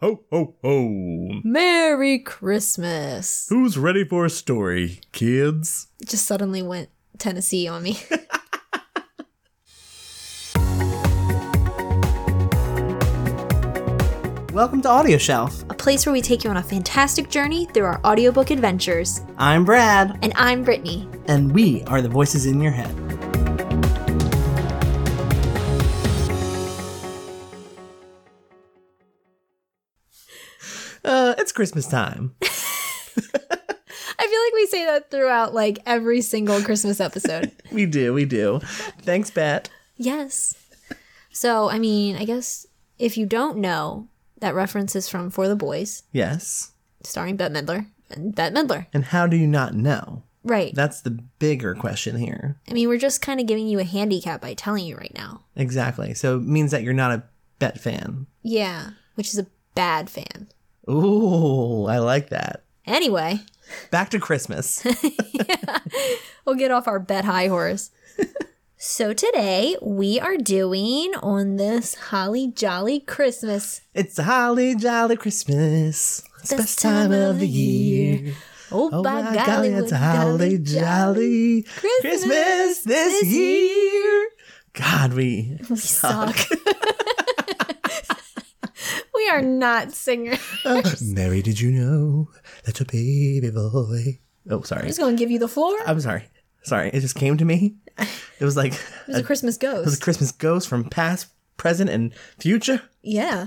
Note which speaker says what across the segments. Speaker 1: Ho, ho, ho.
Speaker 2: Merry Christmas.
Speaker 1: Who's ready for a story, kids?
Speaker 2: Just suddenly went Tennessee on me.
Speaker 3: Welcome to Audio Shelf.
Speaker 2: a place where we take you on a fantastic journey through our audiobook adventures.
Speaker 3: I'm Brad,
Speaker 2: And I'm Brittany.
Speaker 3: and we are the voices in your head. Uh, it's Christmas time.
Speaker 2: I feel like we say that throughout like every single Christmas episode.
Speaker 3: we do, we do. Thanks, Bat.
Speaker 2: yes. So, Oh, I mean, I guess if you don't know, that reference is from For the Boys,
Speaker 3: Yes.
Speaker 2: starring Bette Midler. And Bette Midler.
Speaker 3: And how do you not know?
Speaker 2: Right.
Speaker 3: That's the bigger question here.
Speaker 2: I mean, we're just kind of giving you a handicap by telling you right now.
Speaker 3: Exactly. So it means that you're not a Bet fan.
Speaker 2: Yeah, which is a bad fan.
Speaker 3: Ooh, I like that.
Speaker 2: Anyway,
Speaker 3: Back to Christmas.
Speaker 2: we'll get off our bet high horse. so today we are doing on this holly jolly Christmas.
Speaker 3: It's a holly jolly Christmas. It's the
Speaker 2: Best
Speaker 3: best time
Speaker 2: time
Speaker 3: of the
Speaker 2: of year.
Speaker 3: year.
Speaker 2: Oh,
Speaker 3: Oh
Speaker 2: by
Speaker 3: my golly,
Speaker 2: golly,
Speaker 3: it's a holly jolly
Speaker 2: Christmas
Speaker 3: Christmas this
Speaker 2: this
Speaker 3: year. God, we
Speaker 2: We suck. we are not singers.
Speaker 3: Mary, did you know that your baby boy? Oh,
Speaker 2: I'm
Speaker 3: sorry.
Speaker 2: just gonna give you the floor.
Speaker 3: I'm sorry. Sorry, it just came to me. It was like
Speaker 2: It was a Christmas
Speaker 3: it was a
Speaker 2: ghost.
Speaker 3: Christmas ghost from past, present, and future.
Speaker 2: yeah.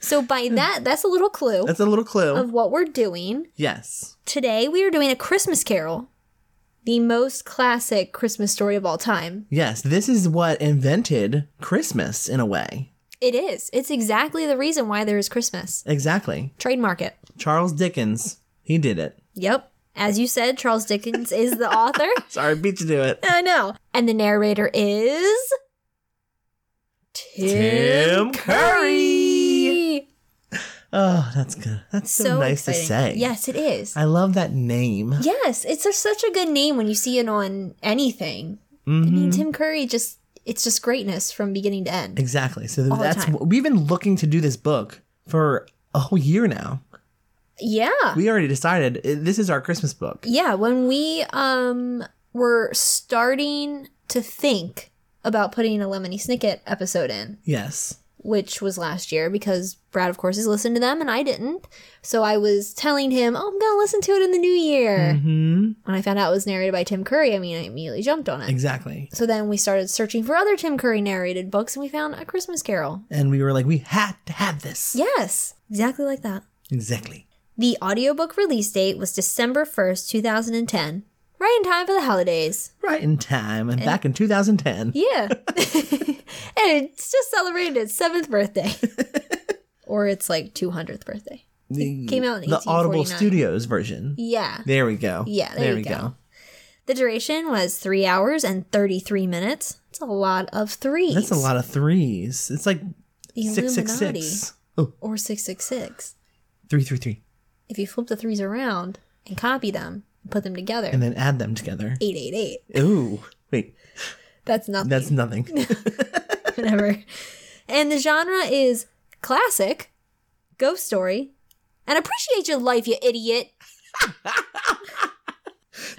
Speaker 2: So by that, that's a little clue
Speaker 3: That's a little clue.
Speaker 2: of what we're doing.
Speaker 3: Yes.
Speaker 2: Today we are doing a Christmas Carol, the most classic Christmas story of all time.
Speaker 3: Yes, this is what invented Christmas in a way.
Speaker 2: It is. It's exactly the reason why there is Christmas.
Speaker 3: Exactly.
Speaker 2: Trademark it.
Speaker 3: Charles Dickens, he did it.
Speaker 2: Yep. As you said, Charles Dickens is the author.
Speaker 3: Sorry, beat you to it.
Speaker 2: I know. And the narrator is Tim,
Speaker 3: Tim Curry. Oh, that's good. That's so,
Speaker 2: So,
Speaker 3: nice
Speaker 2: exciting.
Speaker 3: to say.
Speaker 2: Yes, it is.
Speaker 3: I love that name.
Speaker 2: yes, it's a, such a good name when you see it on anything. I mean,
Speaker 3: Mhm.
Speaker 2: Tim Curry just it's just greatness from beginning to end.
Speaker 3: Exactly. So
Speaker 2: All the
Speaker 3: that's
Speaker 2: time.
Speaker 3: we've been looking to do this book for a whole year now.
Speaker 2: Yeah.
Speaker 3: We already decided uh, this is our Christmas book.
Speaker 2: Yeah, when we um were starting to think about putting a Lemony Snicket episode in,
Speaker 3: Yes.
Speaker 2: which was last year because Brad, of course, has listened to them and I didn't. So I was telling him, "Oh, I'm gonna listen to it in the new year."
Speaker 3: hmm
Speaker 2: When I found out it was narrated by Tim Curry, I mean, I immediately jumped on it.
Speaker 3: Exactly.
Speaker 2: So then we started searching for other Tim Curry narrated books, and we found A Christmas Carol.
Speaker 3: And we were like, we had to have this.
Speaker 2: Yes, exactly like that.
Speaker 3: Exactly.
Speaker 2: The audiobook release date was December 1st, 2010, right in time for the holidays.
Speaker 3: Right in time and, back in 2010.
Speaker 2: Yeah. and it's just celebrated its seventh birthday. or it's like 200th birthday.
Speaker 3: The,
Speaker 2: came out in
Speaker 3: the Audible
Speaker 2: 1849.
Speaker 3: Studios version.
Speaker 2: Yeah.
Speaker 3: There we go.
Speaker 2: Yeah, there
Speaker 3: we
Speaker 2: you go. The duration was three hours and 33 minutes. It's a lot of threes.
Speaker 3: That's a lot of threes. It's like
Speaker 2: The
Speaker 3: six six
Speaker 2: Illuminati.
Speaker 3: six. Oh,
Speaker 2: Or 666.
Speaker 3: three three three.
Speaker 2: If you flip the threes around and copy them and put them together,
Speaker 3: And then add them together.
Speaker 2: 888.
Speaker 3: Ooh. Wait,
Speaker 2: That's nothing.
Speaker 3: that's nothing.
Speaker 2: Whatever. And the genre is classic, ghost story, and appreciate your life, you idiot.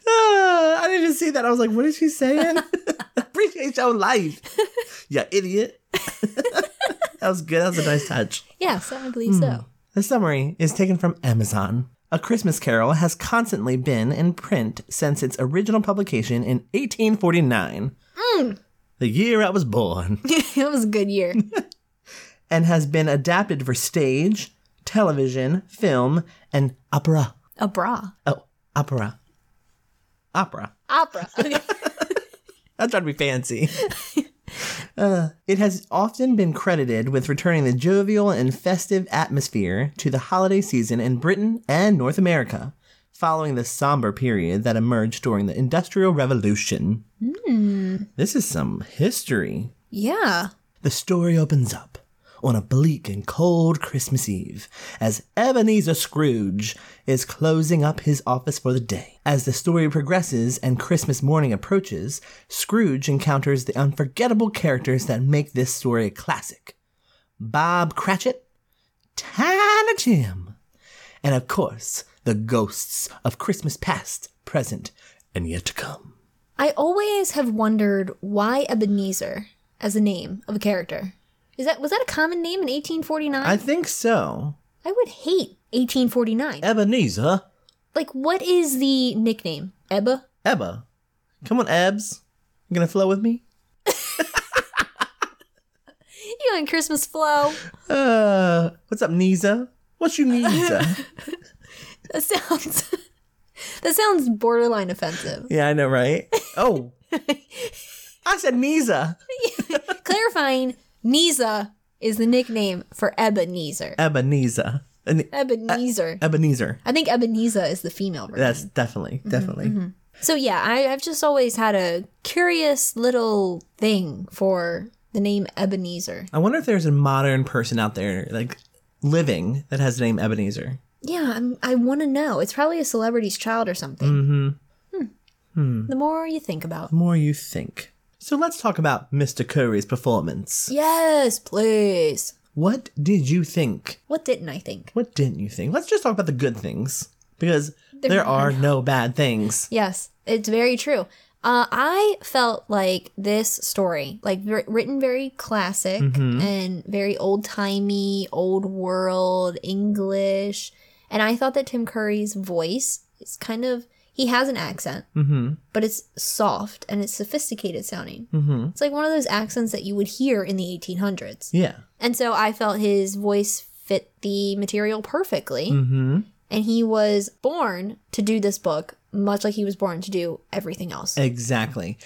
Speaker 3: Ah, I didn't even see that. I was like, what is she saying? Appreciate your life. you idiot. that was good. That was a nice touch.
Speaker 2: Yes, I believe so.
Speaker 3: The summary is taken from Amazon. A Christmas Carol has constantly been in print since its original publication in 1849, the year I was born,
Speaker 2: it was a good year.
Speaker 3: and has been adapted for stage, television, film, and opera.
Speaker 2: A bra.
Speaker 3: Oh, opera. Opera.
Speaker 2: Opera. Okay.
Speaker 3: I'm trying to be fancy. Uh, it has often been credited with returning the jovial and festive atmosphere to the holiday season in Britain and North America, following the somber period that emerged during the Industrial Revolution. This is some history.
Speaker 2: yeah.
Speaker 3: The story opens up on a bleak and cold Christmas Eve as Ebenezer Scrooge is closing up his office for the day. As the story progresses and Christmas morning approaches, Scrooge encounters the unforgettable characters that make this story a classic Bob Cratchit, catch him. And of course, the ghosts of Christmas past, present, and yet to come.
Speaker 2: I always have wondered why Ebenezer as a name of a character. Is that was that a common name in 1849?
Speaker 3: I
Speaker 2: I,
Speaker 3: think so.
Speaker 2: would hate 1849.
Speaker 3: Ebenezer.
Speaker 2: like what is the nickname? Ebba?
Speaker 3: Ebba. Come on, Ebs. You gonna flow with me?
Speaker 2: You on Christmas flow?
Speaker 3: Uh, what's up, Niza? What's you, Niza?
Speaker 2: That sounds That sounds borderline offensive.
Speaker 3: yeah, I know, right? Oh. I said Niza.
Speaker 2: Clarifying, Niza is the nickname for Ebenezer.
Speaker 3: Ebenezer. An-
Speaker 2: Ebenezer.
Speaker 3: Ebenezer.
Speaker 2: I think Ebenezer is the female version.
Speaker 3: That's definitely, definitely.
Speaker 2: So yeah, I, I've just always had a curious little thing for the name Ebenezer.
Speaker 3: I wonder if there's a modern person out there, like, living that has the name Ebenezer.
Speaker 2: Yeah, I'm, I want to know. It's probably a celebrity's child or something. Hmm. The more you think about.
Speaker 3: The more you think. So let's talk about Mr. Curry's performance.
Speaker 2: Yes, please.
Speaker 3: What did you think?
Speaker 2: What didn't I think?
Speaker 3: What didn't you think? Let's just talk about the good things because there, are no bad things.
Speaker 2: Yes, it's very true. Uh, I felt like this story, like wr- written very classic and very old timey, old world English. And I thought that Tim Curry's voice is kind of, he has an accent,
Speaker 3: Mm-hmm.
Speaker 2: but it's soft and it's sophisticated sounding.
Speaker 3: Mm-hmm.
Speaker 2: It's like one of those accents that you would hear in the 1800s.
Speaker 3: Yeah.
Speaker 2: And so I felt his voice fit the material perfectly.
Speaker 3: Mm-hmm.
Speaker 2: And he was born to do this book, much like he was born to do everything else.
Speaker 3: Exactly.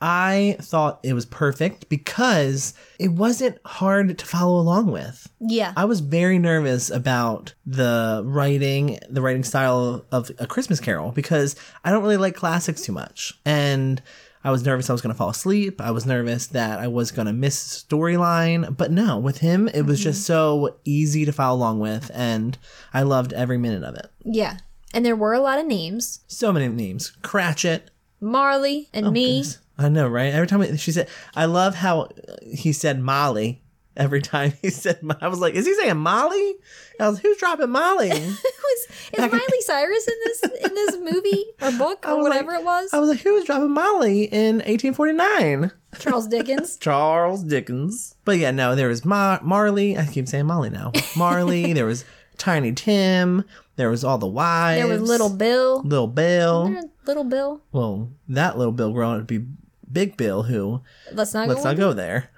Speaker 3: I thought it was perfect because it wasn't hard to follow along with.
Speaker 2: yeah.
Speaker 3: I was very nervous about the writing, the writing style of A Christmas Carol because I don't really like classics too much. And I was nervous I was going to fall asleep. I was nervous that I was going to miss storyline, but no, with him it was just so easy to follow along with and I loved every minute of it.
Speaker 2: yeah. And there were a lot of names
Speaker 3: So many names. Cratchit,
Speaker 2: Marley and me.
Speaker 3: Oh, Goodness. I know, right? Every time she said, I love how uh, he said Molly. Every time he said, Mo- I was like, is he saying Molly? I was, who's dropping Molly?
Speaker 2: Was, is Miley Cyrus in this in this movie or book or
Speaker 3: was like-
Speaker 2: whatever it was?
Speaker 3: I was like, who was dropping Molly in 1849?
Speaker 2: Charles Dickens.
Speaker 3: Charles Dickens. But yeah, no, there was Ma- Marley. I keep saying Molly now. Marley. there was Tiny Tim. There was all the wives.
Speaker 2: There was Little Bill.
Speaker 3: Little Bill.
Speaker 2: Little Bill.
Speaker 3: Well, that little Bill growing up would be Big Bill, who,
Speaker 2: Let's not
Speaker 3: let's
Speaker 2: go.
Speaker 3: not
Speaker 2: in.
Speaker 3: go there,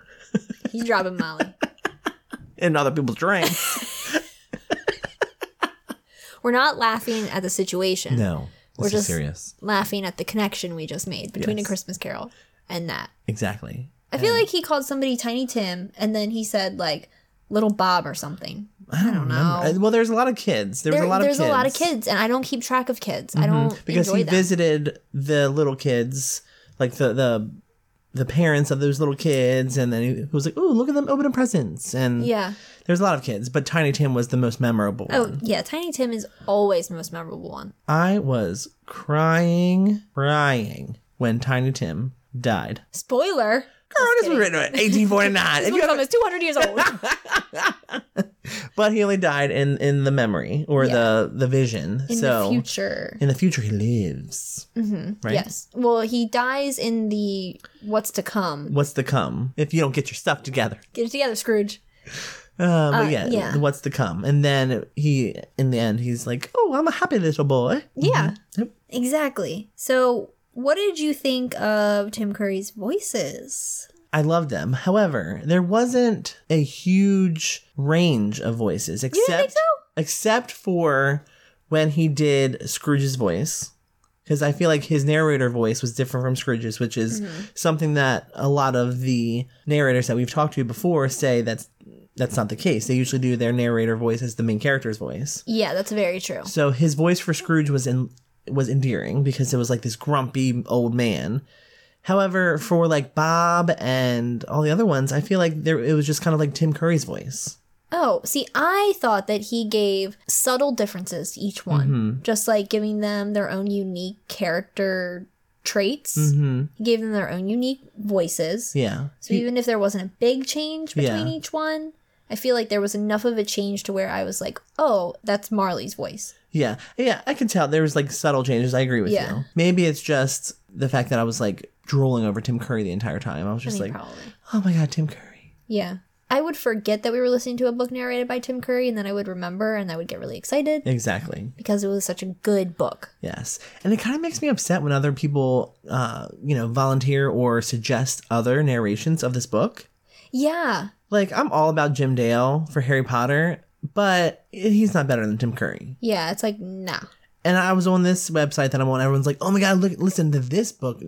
Speaker 2: He's dropping Molly.
Speaker 3: in other people's drinks.
Speaker 2: We're not laughing at the situation.
Speaker 3: no.
Speaker 2: We're
Speaker 3: This is
Speaker 2: just-
Speaker 3: serious.
Speaker 2: laughing at the connection we just made between
Speaker 3: Yes.
Speaker 2: a Christmas Carol and that.
Speaker 3: Exactly.
Speaker 2: I feel like he called somebody Tiny Tim, and then he said like Little Bob or something.
Speaker 3: I don't,
Speaker 2: know.
Speaker 3: know. Um, uh, Well, there's a lot of kids. There was
Speaker 2: Oh. There-
Speaker 3: a lot of
Speaker 2: there's
Speaker 3: kids. Mm-hmm.
Speaker 2: a lot of kids, and I don't keep track of kids. I don't
Speaker 3: because
Speaker 2: enjoy
Speaker 3: he
Speaker 2: them.
Speaker 3: visited the little kids, like the the the parents of those little kids, and then he was like, "Ooh, look at them opening presents!" And
Speaker 2: yeah.
Speaker 3: there's a lot of kids, but Tiny Tim was the most memorable.
Speaker 2: Oh
Speaker 3: one.
Speaker 2: yeah, Tiny Tim is always the most memorable one.
Speaker 3: I was crying, crying when Tiny Tim died.
Speaker 2: Spoiler.
Speaker 3: Girl, this was written in 1849,
Speaker 2: This
Speaker 3: and you
Speaker 2: one's
Speaker 3: have
Speaker 2: almost 200 years old.
Speaker 3: but he only died in in the memory or the the vision.
Speaker 2: In
Speaker 3: so
Speaker 2: the future.
Speaker 3: in the future, he lives. Mm-hmm. Right?
Speaker 2: Yes. Well, he dies in the what's to come.
Speaker 3: what's to come if you don't get your stuff together.
Speaker 2: Get it together, Scrooge.
Speaker 3: Uh, but
Speaker 2: Uh,
Speaker 3: yeah,
Speaker 2: yeah.
Speaker 3: what's to come? And then he, in the end, he's like, "Oh, I'm a happy little boy." Mm-hmm.
Speaker 2: Yeah.
Speaker 3: Yep.
Speaker 2: Exactly. So, what did you think of Tim Curry's voices?
Speaker 3: I loved them. However, there wasn't a huge range of voices, except
Speaker 2: didn't think so?
Speaker 3: except for when he did Scrooge's voice, because I feel like his narrator voice was different from Scrooge's, which is
Speaker 2: Mm-hmm.
Speaker 3: something that a lot of the narrators that we've talked to before say that's that's not the case. They usually do their narrator voice as the main character's voice.
Speaker 2: Yeah, that's very true.
Speaker 3: So his voice for Scrooge was in was endearing because it was like this grumpy old man. However, for like Bob and all the other ones, I feel like there it was just kind of like Tim Curry's voice.
Speaker 2: Oh, see, I thought that he gave subtle differences to each one, just like giving them their own unique character traits.
Speaker 3: Mm-hmm.
Speaker 2: He gave them their own unique voices.
Speaker 3: Yeah.
Speaker 2: So, even if there wasn't a big change between
Speaker 3: Yeah.
Speaker 2: each one, I feel like there was enough of a change to where I was like, oh, that's Marley's voice.
Speaker 3: Yeah. Yeah, I could tell there was like subtle changes. I agree with
Speaker 2: Yeah.
Speaker 3: you. Maybe it's just the fact that I was like drooling over Tim Curry the entire time. I was
Speaker 2: I
Speaker 3: just
Speaker 2: mean,
Speaker 3: like,
Speaker 2: probably.
Speaker 3: oh my God, Tim Curry.
Speaker 2: Yeah. I would forget that we were listening to a book narrated by Tim Curry, and then I would remember and I would get really excited
Speaker 3: Exactly.
Speaker 2: because it was such a good book.
Speaker 3: Yes. And it kind of makes me upset when other people, uh, you know, volunteer or suggest other narrations of this book.
Speaker 2: Yeah.
Speaker 3: Like, I'm all about Jim Dale for Harry Potter, but he's not better than Tim Curry.
Speaker 2: Yeah. It's like, nah.
Speaker 3: And I was on this website that I'm on. Everyone's like, "Oh my god, look, listen to this book,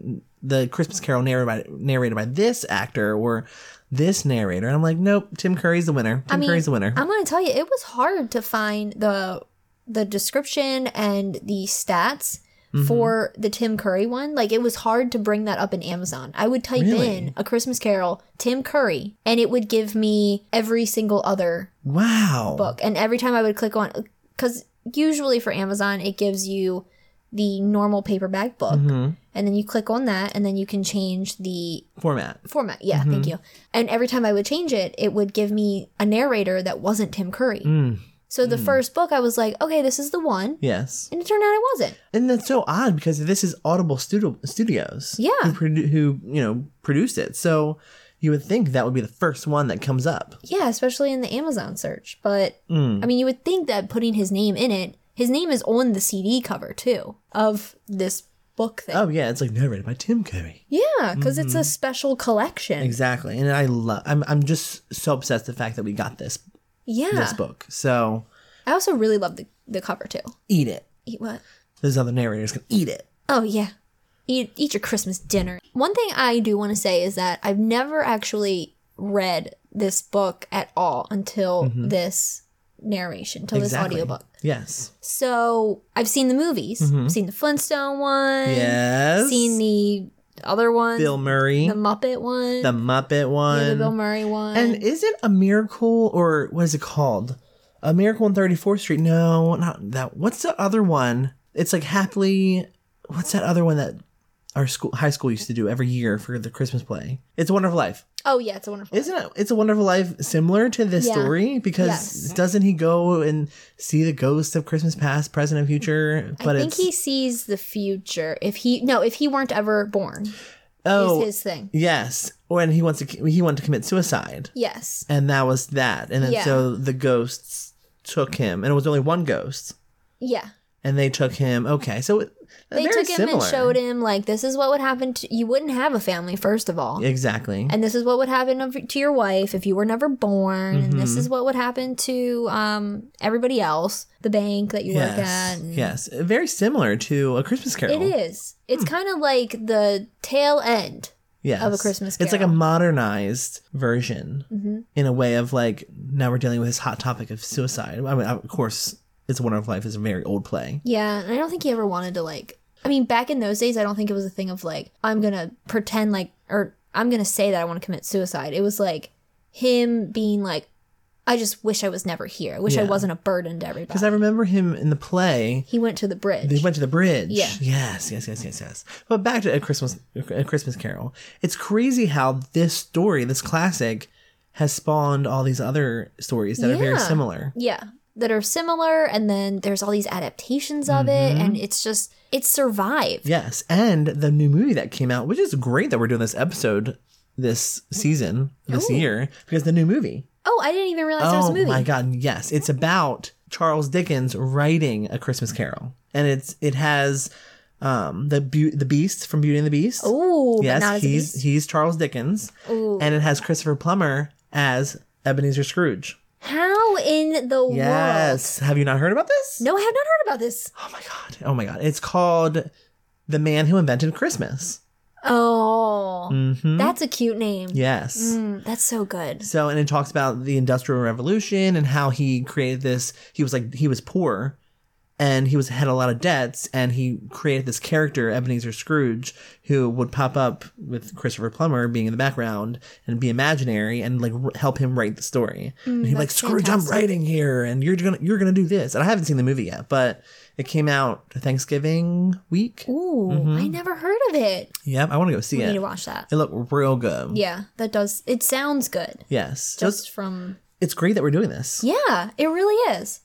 Speaker 3: the Christmas Carol narrated by narrated by this actor or this narrator." And I'm like, "Nope, Tim Curry's the winner. Tim
Speaker 2: mean,
Speaker 3: Curry's the winner."
Speaker 2: I'm gonna tell you, it was hard to find the the description and the stats for the Tim Curry one. Like it was hard to bring that up in Amazon. I would type
Speaker 3: Really?
Speaker 2: in a Christmas Carol, Tim Curry, and it would give me every single other
Speaker 3: wow.
Speaker 2: book. And every time I would click on, because usually for Amazon it gives you the normal paperback book,
Speaker 3: Mhm.
Speaker 2: and then you click on that, and then you can change the
Speaker 3: Format.
Speaker 2: format. Yeah, thank you. And every time I would change it, it would give me a narrator that wasn't Tim Curry.
Speaker 3: Mm,
Speaker 2: So the first book, I was like, okay, this is the one.
Speaker 3: yes.
Speaker 2: And it turned out it wasn't.
Speaker 3: And that's so odd because this is Audible Studio- Studios.
Speaker 2: Yeah.
Speaker 3: Who, produ- who you know produced it? So you would think that would be the first one that comes up.
Speaker 2: Yeah, especially in the Amazon search. But
Speaker 3: Mm.
Speaker 2: I mean, you would think that putting his name in it, his name is on the CD cover too of this book thing.
Speaker 3: Oh Mm-hmm. yeah, it's like narrated by Tim Curry.
Speaker 2: Yeah, because it's a special collection.
Speaker 3: Exactly. And I love I'm I'm just so obsessed with the fact that we got this
Speaker 2: Yeah.
Speaker 3: this book. So
Speaker 2: I also really love the, the cover too.
Speaker 3: eat it.
Speaker 2: Eat what?
Speaker 3: Those other narrators can eat it.
Speaker 2: Oh, yeah. Eat, eat your Christmas dinner. One thing I do want to say is that I've never actually read this book at all until this narration, till
Speaker 3: Mm-hmm. Exactly.
Speaker 2: Oh, this audiobook.
Speaker 3: Yes.
Speaker 2: So I've seen the movies. I've seen the Flintstone one.
Speaker 3: Mm-hmm. Yes.
Speaker 2: Seen the other one.
Speaker 3: Bill Murray,
Speaker 2: the
Speaker 3: the,
Speaker 2: Muppet one.
Speaker 3: Muppet
Speaker 2: yeah, the
Speaker 3: one.
Speaker 2: Bill Murray one.
Speaker 3: and is it a miracle or what is it called? A miracle on 34th Street. No, not that. What's the other one? It's like happily what's that other one that our school high school used to do every year for the Christmas play? It's a Wonderful Life.
Speaker 2: oh yeah, it's a wonderful.
Speaker 3: Isn't it? It's a Wonderful Life similar to this
Speaker 2: Yeah.
Speaker 3: story because
Speaker 2: Yes.
Speaker 3: doesn't he go and see the ghosts of Christmas past, present, and future?
Speaker 2: I think he sees the future. If he no, if he weren't ever born,
Speaker 3: oh
Speaker 2: is his thing.
Speaker 3: yes, when he wants to he wanted to commit suicide,
Speaker 2: Yes.
Speaker 3: and that was that, and then
Speaker 2: Yeah.
Speaker 3: so the ghosts took him, and it was only one ghost,
Speaker 2: Yeah.
Speaker 3: and they took him. Okay, so it,
Speaker 2: They
Speaker 3: very
Speaker 2: took him
Speaker 3: similar.
Speaker 2: and showed him like this is what would happen to you wouldn't have a family first of all.
Speaker 3: exactly.
Speaker 2: and this is what would happen of- to your wife if you were never born and
Speaker 3: Mm-hmm.
Speaker 2: this is what would happen to um, everybody else the bank that you work at
Speaker 3: Yes,
Speaker 2: and-
Speaker 3: yes, very similar to a Christmas Carol.
Speaker 2: it is it's
Speaker 3: Hmm.
Speaker 2: kind of like the tail end
Speaker 3: yes.
Speaker 2: of A Christmas
Speaker 3: It's like a
Speaker 2: Carol.
Speaker 3: modernized version
Speaker 2: Mhm.
Speaker 3: in a way of like now we're dealing with this hot topic of suicide. I mean, of course, it's a Wonderful Life is a very old play.
Speaker 2: yeah and i don't think he ever wanted to like i mean back in those days i don't think it was a thing of like i'm gonna pretend like or i'm gonna say that i want to commit suicide it was like him being like i just wish i was never here i wish i
Speaker 3: Yeah.
Speaker 2: wasn't a burden to everybody
Speaker 3: Because I remember him in the play.
Speaker 2: he went to the bridge
Speaker 3: They went to the bridge.
Speaker 2: Yeah.
Speaker 3: Yes, yes, yes, yes, yes. But back to a Christmas, a Christmas Carol. It's crazy how this story, this classic, has spawned all these other stories that are very
Speaker 2: Yeah.
Speaker 3: similar.
Speaker 2: Yeah, that are similar, and then there's all these adaptations of it,
Speaker 3: Mm-hmm.
Speaker 2: and it's just it's survived.
Speaker 3: Yes, and the new movie that came out, which is great that we're doing this episode this season, this
Speaker 2: Ooh.
Speaker 3: year, because the new movie.
Speaker 2: Oh, I didn't even realize there was a
Speaker 3: Oh
Speaker 2: movie.
Speaker 3: my god, yes. It's about Charles Dickens writing A Christmas Carol. And it's it has um the Beau the Beast from Beauty and the Beast.
Speaker 2: Ooh, but not
Speaker 3: yes,
Speaker 2: as a
Speaker 3: he's
Speaker 2: beast.
Speaker 3: he's Charles Dickens.
Speaker 2: Ooh.
Speaker 3: And it has Christopher Plummer as Ebenezer Scrooge.
Speaker 2: How in the world?
Speaker 3: Yes. Have you not heard about this?
Speaker 2: No, I have not heard about this.
Speaker 3: Oh my god. Oh my god. It's called The Man Who Invented Christmas.
Speaker 2: Oh,
Speaker 3: Mhm.
Speaker 2: that's a cute name.
Speaker 3: Yes.
Speaker 2: Mm, that's so good.
Speaker 3: So, and it talks about the Industrial Revolution and how he created this. He was like, he was poor and he was had a lot of debts and he created this character ebenezer scrooge who would pop up with christopher plummer being in the background and be imaginary and like r- help him write the story and he's like
Speaker 2: Mm, that's
Speaker 3: scrooge
Speaker 2: fantastic.
Speaker 3: i'm writing here and you're gonna you're gonna do this and i haven't seen the movie yet but it came out thanksgiving week
Speaker 2: Ooh, I
Speaker 3: Mm-hmm.
Speaker 2: never heard of it.
Speaker 3: yep i want to go see
Speaker 2: I need to
Speaker 3: it
Speaker 2: watch that.
Speaker 3: it looked real good
Speaker 2: Yeah, that does. It sounds good.
Speaker 3: yes So it's-
Speaker 2: Just from
Speaker 3: it's great that we're doing this.
Speaker 2: Yeah, it really is.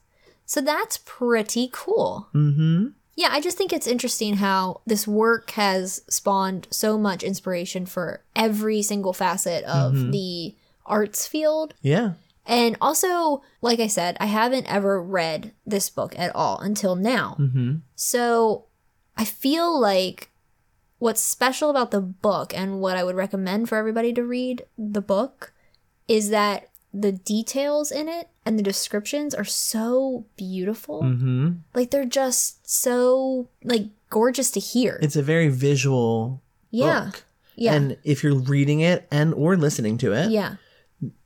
Speaker 2: So that's pretty cool. Mm-hmm. Yeah, I just think it's interesting how this work has spawned so much inspiration for every single facet of
Speaker 3: Mm-hmm.
Speaker 2: the arts field.
Speaker 3: Yeah.
Speaker 2: And also, like I said, I haven't ever read this book at all until now.
Speaker 3: Mm-hmm.
Speaker 2: So I feel like what's special about the book and what I would recommend for everybody to read the book is that the details in it and the descriptions are so beautiful.
Speaker 3: Mm-hmm.
Speaker 2: Like they're just so like gorgeous to hear.
Speaker 3: It's a very visual
Speaker 2: yeah.
Speaker 3: book.
Speaker 2: Yeah.
Speaker 3: And if you're reading it and or listening to it,
Speaker 2: yeah.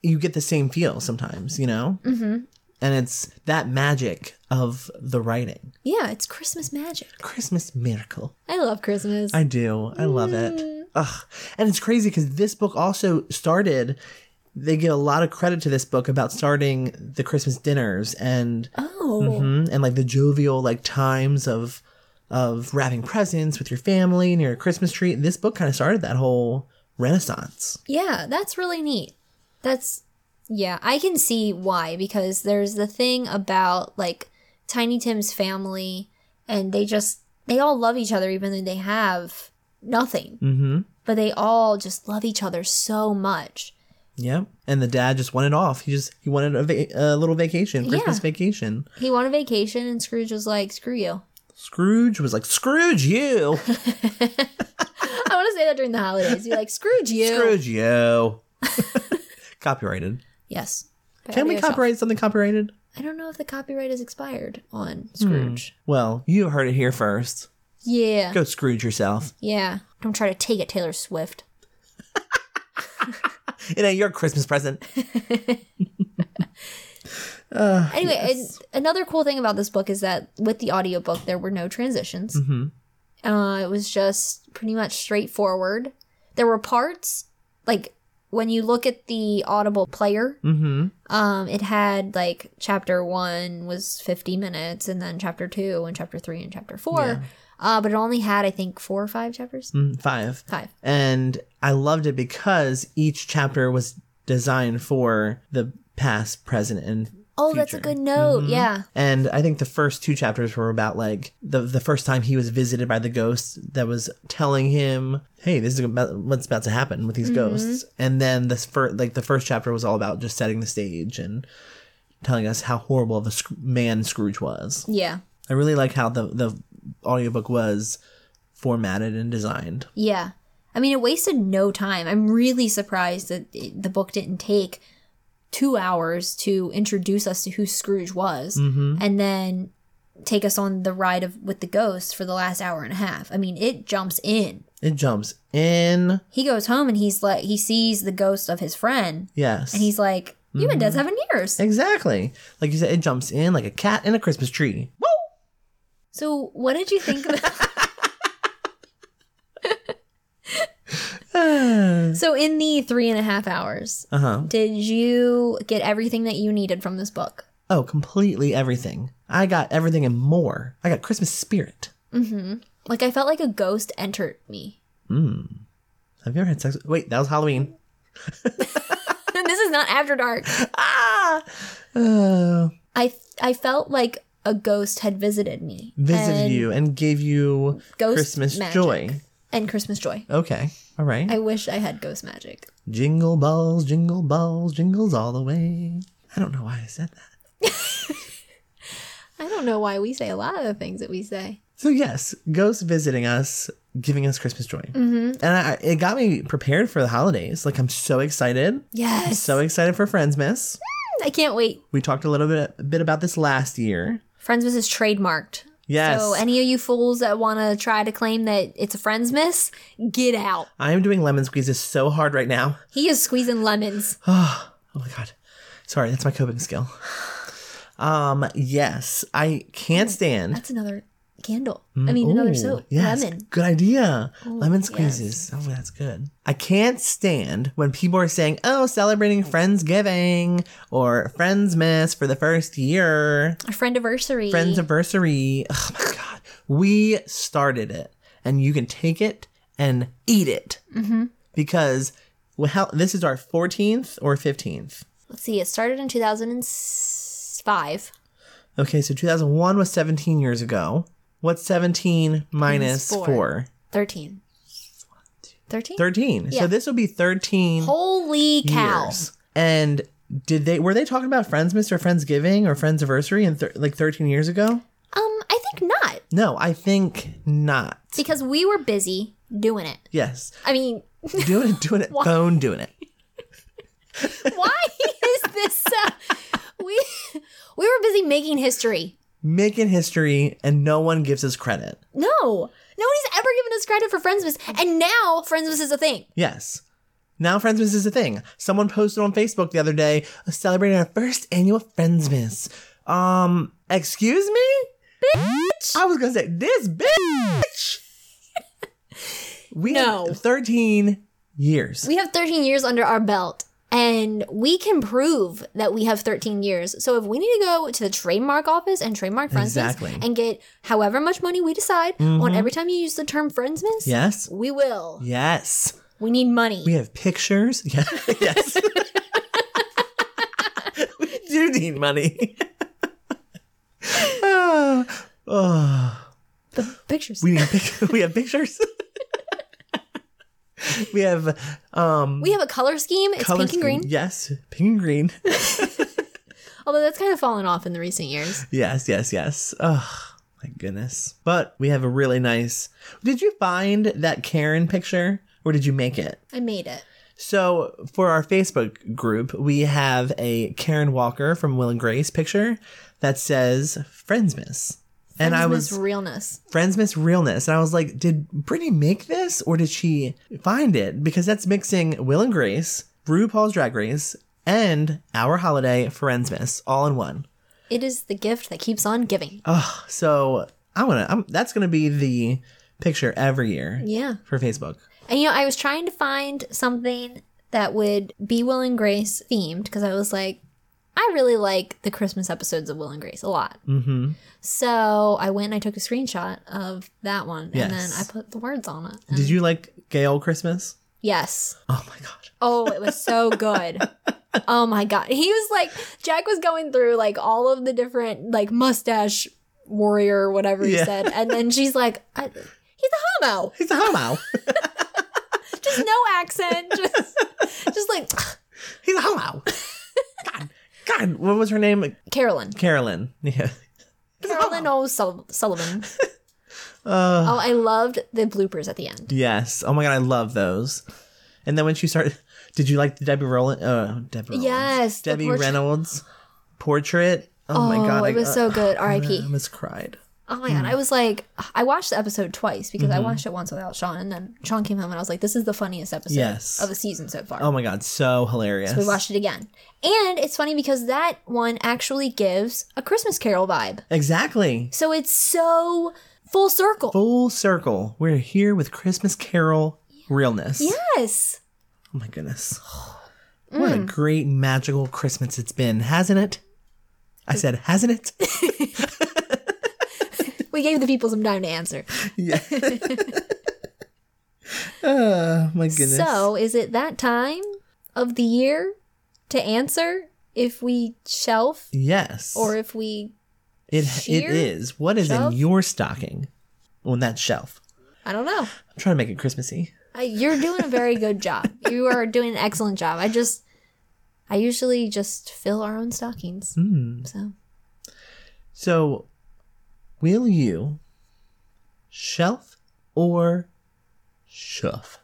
Speaker 3: you get the same feel sometimes, you know? Mm-hmm. And it's that magic of the writing.
Speaker 2: Yeah, it's Christmas magic.
Speaker 3: Christmas miracle.
Speaker 2: I love Christmas.
Speaker 3: I do. I love
Speaker 2: Mm.
Speaker 3: it. Ugh. And it's crazy because this book also started. They give a lot of credit to this book about starting the Christmas dinners and
Speaker 2: oh.
Speaker 3: mhm, and like the jovial like times of of wrapping presents with your family near a Christmas tree. This book kind of started that whole renaissance.
Speaker 2: Yeah, that's really neat. That's yeah, I can see why because there's the thing about like Tiny Tim's family and they just they all love each other even though they have nothing. Mm-hmm. But they all just love each other so much.
Speaker 3: Yep. And the dad just wanted off. He just he wanted a, va- a little vacation, Christmas
Speaker 2: Yeah.
Speaker 3: vacation.
Speaker 2: He went on vacation and Scrooge was like, "Screw you."
Speaker 3: Scrooge was like, "Scrooge you,
Speaker 2: I want to say that during the holidays. Be like, "Scrooge you."
Speaker 3: Scrooge you." Copyrighted.
Speaker 2: Yes. But
Speaker 3: Can
Speaker 2: out
Speaker 3: we
Speaker 2: of yourself.
Speaker 3: copyright Hmm. something copyrighted?
Speaker 2: I don't know if the copyright is expired on Scrooge.
Speaker 3: Well, you heard it here first.
Speaker 2: Yeah.
Speaker 3: Go Scrooge yourself.
Speaker 2: Yeah. Don't try to take it, Taylor Swift.
Speaker 3: It ain't your Christmas present. Uh,
Speaker 2: Anyway, and another cool thing about this book is that with the audiobook, there were no transitions.
Speaker 3: Mm. mm-hmm,
Speaker 2: Uh, it was just pretty much straightforward. There were parts, like when you look at the Audible player,
Speaker 3: Mm-hmm.
Speaker 2: um, it had like chapter one was 50 minutes, and then chapter two, and chapter three, and chapter four. Uh, but it only had, I think, four or five chapters.
Speaker 3: Mm, five.
Speaker 2: Five.
Speaker 3: And I loved it because each chapter was designed for the past, present, and
Speaker 2: Oh, that's a
Speaker 3: Future.
Speaker 2: good note. Yeah.
Speaker 3: And I think the first two chapters were about like the the first time he was visited by the ghost that was telling him, "Hey, this is about what's about to happen with these ghosts." And then this first like the first chapter was all about just setting the stage and telling us how horrible of a sc- man Scrooge was.
Speaker 2: Yeah.
Speaker 3: I really like how the the audiobook was formatted and designed.
Speaker 2: Yeah. I mean, it wasted no time. I'm really surprised that it, the book didn't take two hours to introduce us to who Scrooge was and then take us on the ride of with the ghost for the last hour and a half. I mean, it jumps in.
Speaker 3: It jumps in.
Speaker 2: He goes home and he's like, he sees the ghost of his friend
Speaker 3: Yes.
Speaker 2: and he's like, You've been dead seven years.
Speaker 3: exactly. Like you said, it jumps in like a cat in a Christmas tree.
Speaker 2: So, what did you think about?
Speaker 3: uh
Speaker 2: so, in the three and a half hours,
Speaker 3: huh.
Speaker 2: did you get everything that you needed from this book?
Speaker 3: Oh, completely everything. I got everything and more. I got Christmas spirit.
Speaker 2: Mm-hmm. Like, I felt like a ghost entered me.
Speaker 3: Have you ever had sex? Wait, that was Halloween.
Speaker 2: this is not after dark.
Speaker 3: Ah! Uh,
Speaker 2: I I felt like a ghost had visited me.
Speaker 3: visited
Speaker 2: and-
Speaker 3: you and gave you
Speaker 2: Ghost
Speaker 3: Christmas
Speaker 2: magic.
Speaker 3: joy.
Speaker 2: and Christmas joy.
Speaker 3: Okay. All right.
Speaker 2: I wish I had ghost magic.
Speaker 3: jingle bells, jingle bells, jingles all the way. I don't know why I said that.
Speaker 2: I don't know why we say a lot of the things that we say.
Speaker 3: So yes, ghosts visiting us, giving us Christmas joy, mm-hmm. and I, it got me prepared for the holidays. Like I'm so excited,
Speaker 2: Yes.
Speaker 3: so excited for Friends Miss.
Speaker 2: I can't wait.
Speaker 3: We talked a little bit a bit about this last year.
Speaker 2: Friends Miss is trademarked.
Speaker 3: Yes,
Speaker 2: So any of you fools that want to try to claim that it's a Friends Miss, get out.
Speaker 3: I am doing lemon squeezes so hard right now.
Speaker 2: He is squeezing lemons.
Speaker 3: Oh, oh my god. Sorry, that's my coping skill. Um, yes, I can't stand.
Speaker 2: That's another candle. Mm. I mean, another
Speaker 3: Ooh,
Speaker 2: soap.
Speaker 3: yes,
Speaker 2: Lemon.
Speaker 3: Good idea. lemon squeezes. Oh, that's good. I can't stand when people are saying, "Oh, celebrating Friendsgiving or Friends Miss for the first year,
Speaker 2: A friend anniversary.
Speaker 3: Friends anniversary." Oh my god, we started it, and you can take it and eat it mm-hmm. because well, how, this is our 14th or 15th.
Speaker 2: Let's see. It started in 2005.
Speaker 3: Okay, so 2001 was 17 years ago. What's 17 minus
Speaker 2: Minus four.
Speaker 3: 4?
Speaker 2: 13. 13?
Speaker 3: 13.
Speaker 2: Yeah.
Speaker 3: So this will be 13
Speaker 2: Holy cow.
Speaker 3: years. And did they were they talking about friends, Mr. Friendsgiving or Friendsversary in thir- like 13 years ago?
Speaker 2: Um, I think not
Speaker 3: No, I think not.
Speaker 2: because we were busy doing it.
Speaker 3: Yes.
Speaker 2: I mean,
Speaker 3: Doing it, doing it, phone doing it.
Speaker 2: why is this? Uh, we we were busy making history.
Speaker 3: Making history and no one gives us credit.
Speaker 2: No, nobody's ever given us credit for Friendsmas, and now Friendsmas is a thing.
Speaker 3: Yes. Now Friendsmas is a thing. Someone posted on Facebook the other day uh, celebrating our first annual Friendsmas. Um, excuse me? Bitch! I was gonna say this bitch. we
Speaker 2: No.
Speaker 3: have 13 years.
Speaker 2: We have 13 years under our belt, and we can prove that we have 13 years. So if we need to go to the trademark office and trademark Friendsmas
Speaker 3: Exactly. Mm-hmm.
Speaker 2: and get however much money we decide on every time you use the term Friendsmas,
Speaker 3: yes.
Speaker 2: we will.
Speaker 3: Yes.
Speaker 2: We need money.
Speaker 3: We have pictures. Yeah. yes. we do need money. oh, oh.
Speaker 2: the pictures.
Speaker 3: We
Speaker 2: We,
Speaker 3: need pic- we have pictures. we have um
Speaker 2: have a color scheme. It's pink and
Speaker 3: scheme.
Speaker 2: green.
Speaker 3: Yes, pink and green.
Speaker 2: Although that's kind of fallen off in the recent years.
Speaker 3: yes, yes, yes. Oh my goodness. But we have a really nice. Did you find that Karen picture or did you make it?
Speaker 2: I made it.
Speaker 3: So for our Facebook group, we have a Karen Walker from Will and Grace picture that says Friendsmas. And I
Speaker 2: Friendsmas
Speaker 3: was
Speaker 2: realness.
Speaker 3: Friends Miss Realness. And I was like, did Brittany make this or did she find it? Because that's mixing Will and Grace, RuPaul's Drag Race, and Our Holiday Friends Miss all in one.
Speaker 2: It is the gift that keeps on giving.
Speaker 3: Ugh, so I want to, that's going to be the picture every year
Speaker 2: Yeah.
Speaker 3: for Facebook.
Speaker 2: And you know, I was trying to find something that would be Will and Grace themed because I was like, I really like the Christmas episodes of Will and Grace a lot.
Speaker 3: Mm-hmm.
Speaker 2: So I went and I took a screenshot of that one and then
Speaker 3: Yes.
Speaker 2: I put the words on it. And-
Speaker 3: Did you like Gay Old Christmas?
Speaker 2: Yes.
Speaker 3: Oh my God.
Speaker 2: Oh, it was so good. oh my god. He was like Jack was going through like all of the different like mustache warrior whatever he
Speaker 3: Yeah.
Speaker 2: said and then she's like I, he's a homo.
Speaker 3: He's a homo.
Speaker 2: Just no accent. Just just like
Speaker 3: He's a homo. God. God. What was her name?
Speaker 2: Carolyn.
Speaker 3: Carolyn. Yeah. He's a homo. Uh.
Speaker 2: Carolyn O'Sullivan.
Speaker 3: Ugh.
Speaker 2: oh, I loved the bloopers at the end.
Speaker 3: Yes. Oh my god, I love those. And then when she started, did you like the Debbie Roland? Uh, Debbie. Rollins.
Speaker 2: Yes, the
Speaker 3: Debbie
Speaker 2: portrait-
Speaker 3: Reynolds portrait. Oh,
Speaker 2: Oh,
Speaker 3: my god,
Speaker 2: it was so good.
Speaker 3: I Mm.
Speaker 2: R.I.P.
Speaker 3: almost cried.
Speaker 2: Oh my god, I was like, I watched the episode twice because
Speaker 3: Mm-hmm.
Speaker 2: I watched it once without Sean, and then Sean came home and I was like, this is the funniest episode
Speaker 3: Yes.
Speaker 2: of the season so far.
Speaker 3: Oh my god, so hilarious.
Speaker 2: We watched it again. And it's funny because that one actually gives a Christmas Carol vibe.
Speaker 3: exactly.
Speaker 2: So it's so full circle.
Speaker 3: Full circle. We're here with Christmas Carol realness.
Speaker 2: yes.
Speaker 3: Oh my goodness. What a
Speaker 2: Mm.
Speaker 3: great magical Christmas it's been, hasn't it? I said, hasn't it?
Speaker 2: We gave the people some time to answer.
Speaker 3: yeah. oh my goodness.
Speaker 2: So is it that time of the year to answer if we shelf
Speaker 3: yes.
Speaker 2: or if we
Speaker 3: It
Speaker 2: Sheer
Speaker 3: it is. What is
Speaker 2: shelf?
Speaker 3: in your stocking on that shelf?
Speaker 2: I don't know.
Speaker 3: I'm trying to make it Christmassy.
Speaker 2: I, you're doing a very good job. You are doing an excellent job. I just, I usually just fill our own stockings.
Speaker 3: Mm.
Speaker 2: So
Speaker 3: So, will you shelf or shove?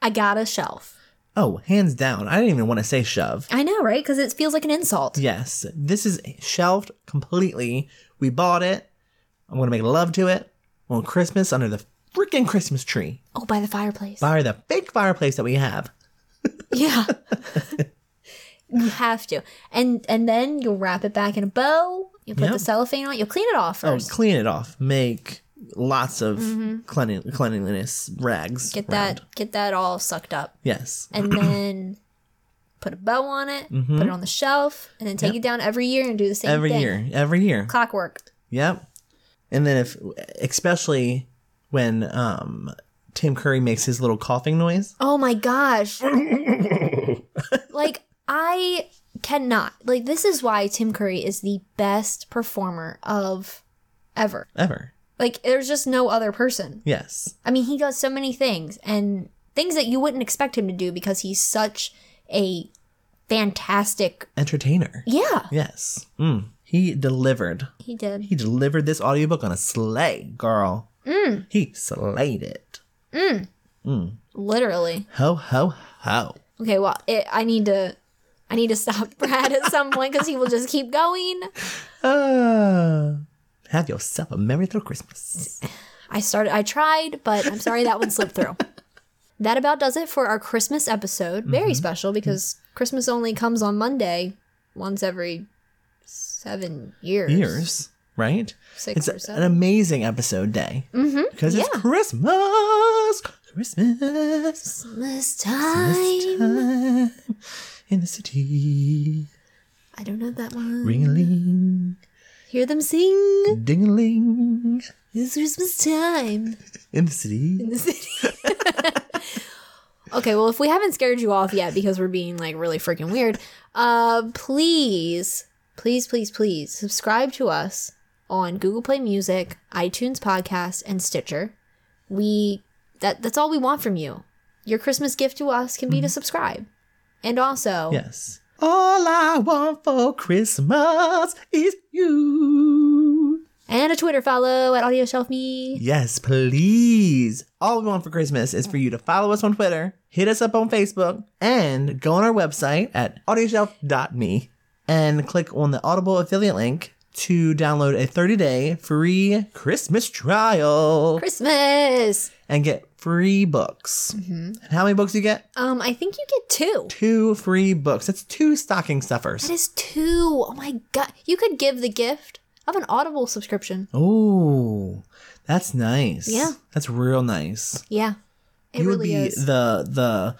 Speaker 2: I got a shelf.
Speaker 3: Oh, hands down. I didn't even want to say shove.
Speaker 2: I know, right? Because it feels like an insult.
Speaker 3: Yes, this is shelved completely. We bought it. I'm gonna make love to it on Christmas under the freaking Christmas tree
Speaker 2: Oh, by the fireplace.
Speaker 3: by the big fireplace that we have.
Speaker 2: Yeah. you have to. And and then you'll wrap it back in a bow. You'll put the
Speaker 3: Yep.
Speaker 2: cellophane on. it, You'll clean it off
Speaker 3: Oh,
Speaker 2: first.
Speaker 3: clean it off. Make lots of cleanli- cleanliness rags.
Speaker 2: get
Speaker 3: round.
Speaker 2: that get that all sucked up.
Speaker 3: Yes.
Speaker 2: And then put a bow on it, put it on the shelf, and then take it down every year and do the same
Speaker 3: Mm-hmm. Every
Speaker 2: thing.
Speaker 3: year. Every year.
Speaker 2: Clockwork.
Speaker 3: Yep. And then if especially when um Tim Curry makes his little coughing noise.
Speaker 2: Oh my gosh. like I cannot. Like this is why Tim Curry is the best performer of ever.
Speaker 3: ever.
Speaker 2: Like there's just no other person.
Speaker 3: Yes.
Speaker 2: I mean, he does so many things and things that you wouldn't expect him to do because he's such a fantastic.
Speaker 3: Entertainer.
Speaker 2: Yeah,
Speaker 3: Yes. Mm. He delivered.
Speaker 2: he did.
Speaker 3: He delivered this audiobook on a sleigh, girl. Mm. He slayed it.
Speaker 2: Literally.
Speaker 3: Ho, ho, ho.
Speaker 2: Okay, well, it, I need to I need to stop Brad at some point cuz he will just keep going.
Speaker 3: Uh, have yourself a Merry Little Christmas.
Speaker 2: I started I tried, but I'm sorry that one slipped through. That about does it for our Christmas episode.
Speaker 3: Mm-hmm.
Speaker 2: Very special because Christmas only comes on Monday once every 7 years.
Speaker 3: Years, right?
Speaker 2: 6
Speaker 3: It's
Speaker 2: or
Speaker 3: a- an
Speaker 2: 7.
Speaker 3: amazing episode day
Speaker 2: Mhm.
Speaker 3: because it's
Speaker 2: Yeah.
Speaker 3: Christmas. Christmas
Speaker 2: Christmas time.
Speaker 3: time in the city.
Speaker 2: I don't know that one.
Speaker 3: Ring a ling,
Speaker 2: Hear them sing.
Speaker 3: ding a ling,
Speaker 2: It's Christmas time.
Speaker 3: in the city.
Speaker 2: in the city. okay, well, if we haven't scared you off yet because we're being like really freaking weird, uh, please, please, please, please subscribe to us on Google Play Music, iTunes Podcast, and Stitcher. We that that's all we want from you. Your Christmas gift to us can be
Speaker 3: Mm-hmm.
Speaker 2: to subscribe, and also
Speaker 3: Yes. All I want for Christmas is you.
Speaker 2: and a Twitter follow at Audio Shelf Me.
Speaker 3: Yes, please. All we want for Christmas is for you to follow us on Twitter, hit us up on Facebook, and go on our website at audioshelf.me and click on the Audible affiliate link to download a 30 day free Christmas trial
Speaker 2: Christmas.
Speaker 3: and get free books.
Speaker 2: Mm-hmm.
Speaker 3: And how many books you get?
Speaker 2: Um, I think you get two.
Speaker 3: Two free books. That's two stocking
Speaker 2: That
Speaker 3: stuffers.
Speaker 2: is two. Oh my god. You could give the gift of an Audible subscription.
Speaker 3: Oh, that's nice.
Speaker 2: Yeah.
Speaker 3: That's real nice.
Speaker 2: Yeah. It
Speaker 3: you would
Speaker 2: really
Speaker 3: be
Speaker 2: is.
Speaker 3: the the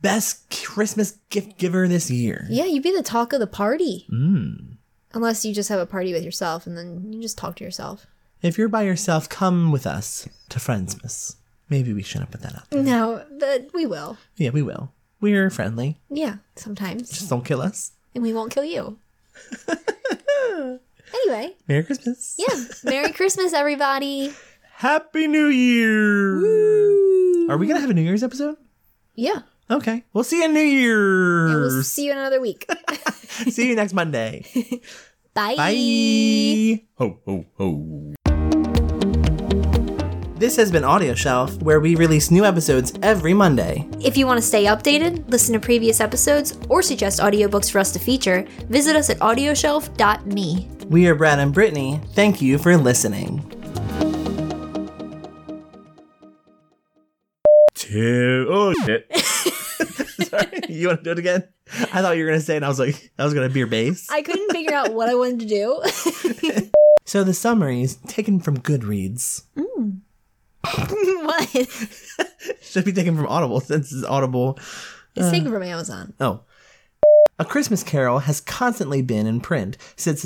Speaker 3: best Christmas gift giver this year.
Speaker 2: yeah, you'd be the talk of the party.
Speaker 3: Mm.
Speaker 2: Unless you just have a party with yourself and then you just talk to yourself.
Speaker 3: If you're by yourself, come with us to Friendsmas. Maybe we shouldn't put that out there.
Speaker 2: No, but we will.
Speaker 3: Yeah, we will. We're friendly.
Speaker 2: Yeah, sometimes.
Speaker 3: Just don't kill us.
Speaker 2: And we won't kill you. anyway,
Speaker 3: Merry Christmas.
Speaker 2: yeah. Merry Christmas, everybody.
Speaker 1: Happy New Year!
Speaker 3: Are we gonna have a New Year's episode?
Speaker 2: Yeah.
Speaker 3: Okay. We'll see you in New Year's.
Speaker 2: And we'll see you in another week.
Speaker 3: see you next Monday.
Speaker 2: Bye.
Speaker 3: Bye.
Speaker 1: Ho, ho, ho.
Speaker 3: This has been Audio Shelf, where we release new episodes every Monday.
Speaker 2: If you want to stay updated, listen to previous episodes, or suggest audiobooks for us to feature, visit us at audioshelf.me.
Speaker 3: We are Brad and Brittany. Thank you for listening.
Speaker 1: Tim. Oh, shit.
Speaker 3: Sorry, you want to do it again? I thought you were gonna say, it, and I was like, I was gonna be your base.
Speaker 2: I couldn't figure out what I wanted to do.
Speaker 3: So the summary is taken from Goodreads.
Speaker 2: what? It's
Speaker 3: Should be taken from Audible since it's Audible. Uh.
Speaker 2: taken from Amazon.
Speaker 3: Oh. A Christmas Carol has constantly been in print since.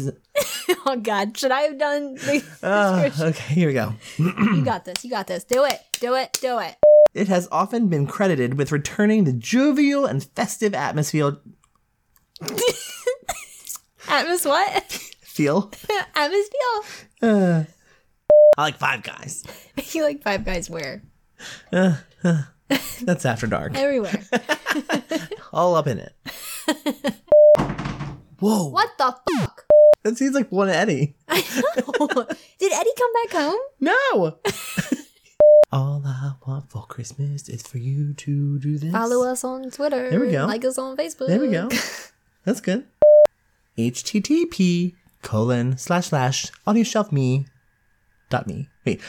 Speaker 2: Oh God, should I have done? The-
Speaker 3: Uh, okay, here we go.
Speaker 2: you got this. You got this. Do it. Do it. Do it.
Speaker 3: It has often been credited with returning the jovial and festive atmosphere.
Speaker 2: Atmos what?
Speaker 3: Feel.
Speaker 2: Atmos Peel.
Speaker 3: Uh, I like Five Guys.
Speaker 2: You like Five Guys where?
Speaker 3: That's After Dark.
Speaker 2: Everywhere.
Speaker 3: All up in it. Whoa.
Speaker 2: What the fuck?
Speaker 3: That seems like one Eddie.
Speaker 2: Did Eddie come back home?
Speaker 3: No. All I want for Christmas is for you to do this.
Speaker 2: Follow us on Twitter.
Speaker 3: There we go.
Speaker 2: Like us on Facebook.
Speaker 3: There we go. That's good. HTTP colon slash slash audioshelfme dot me. Wait.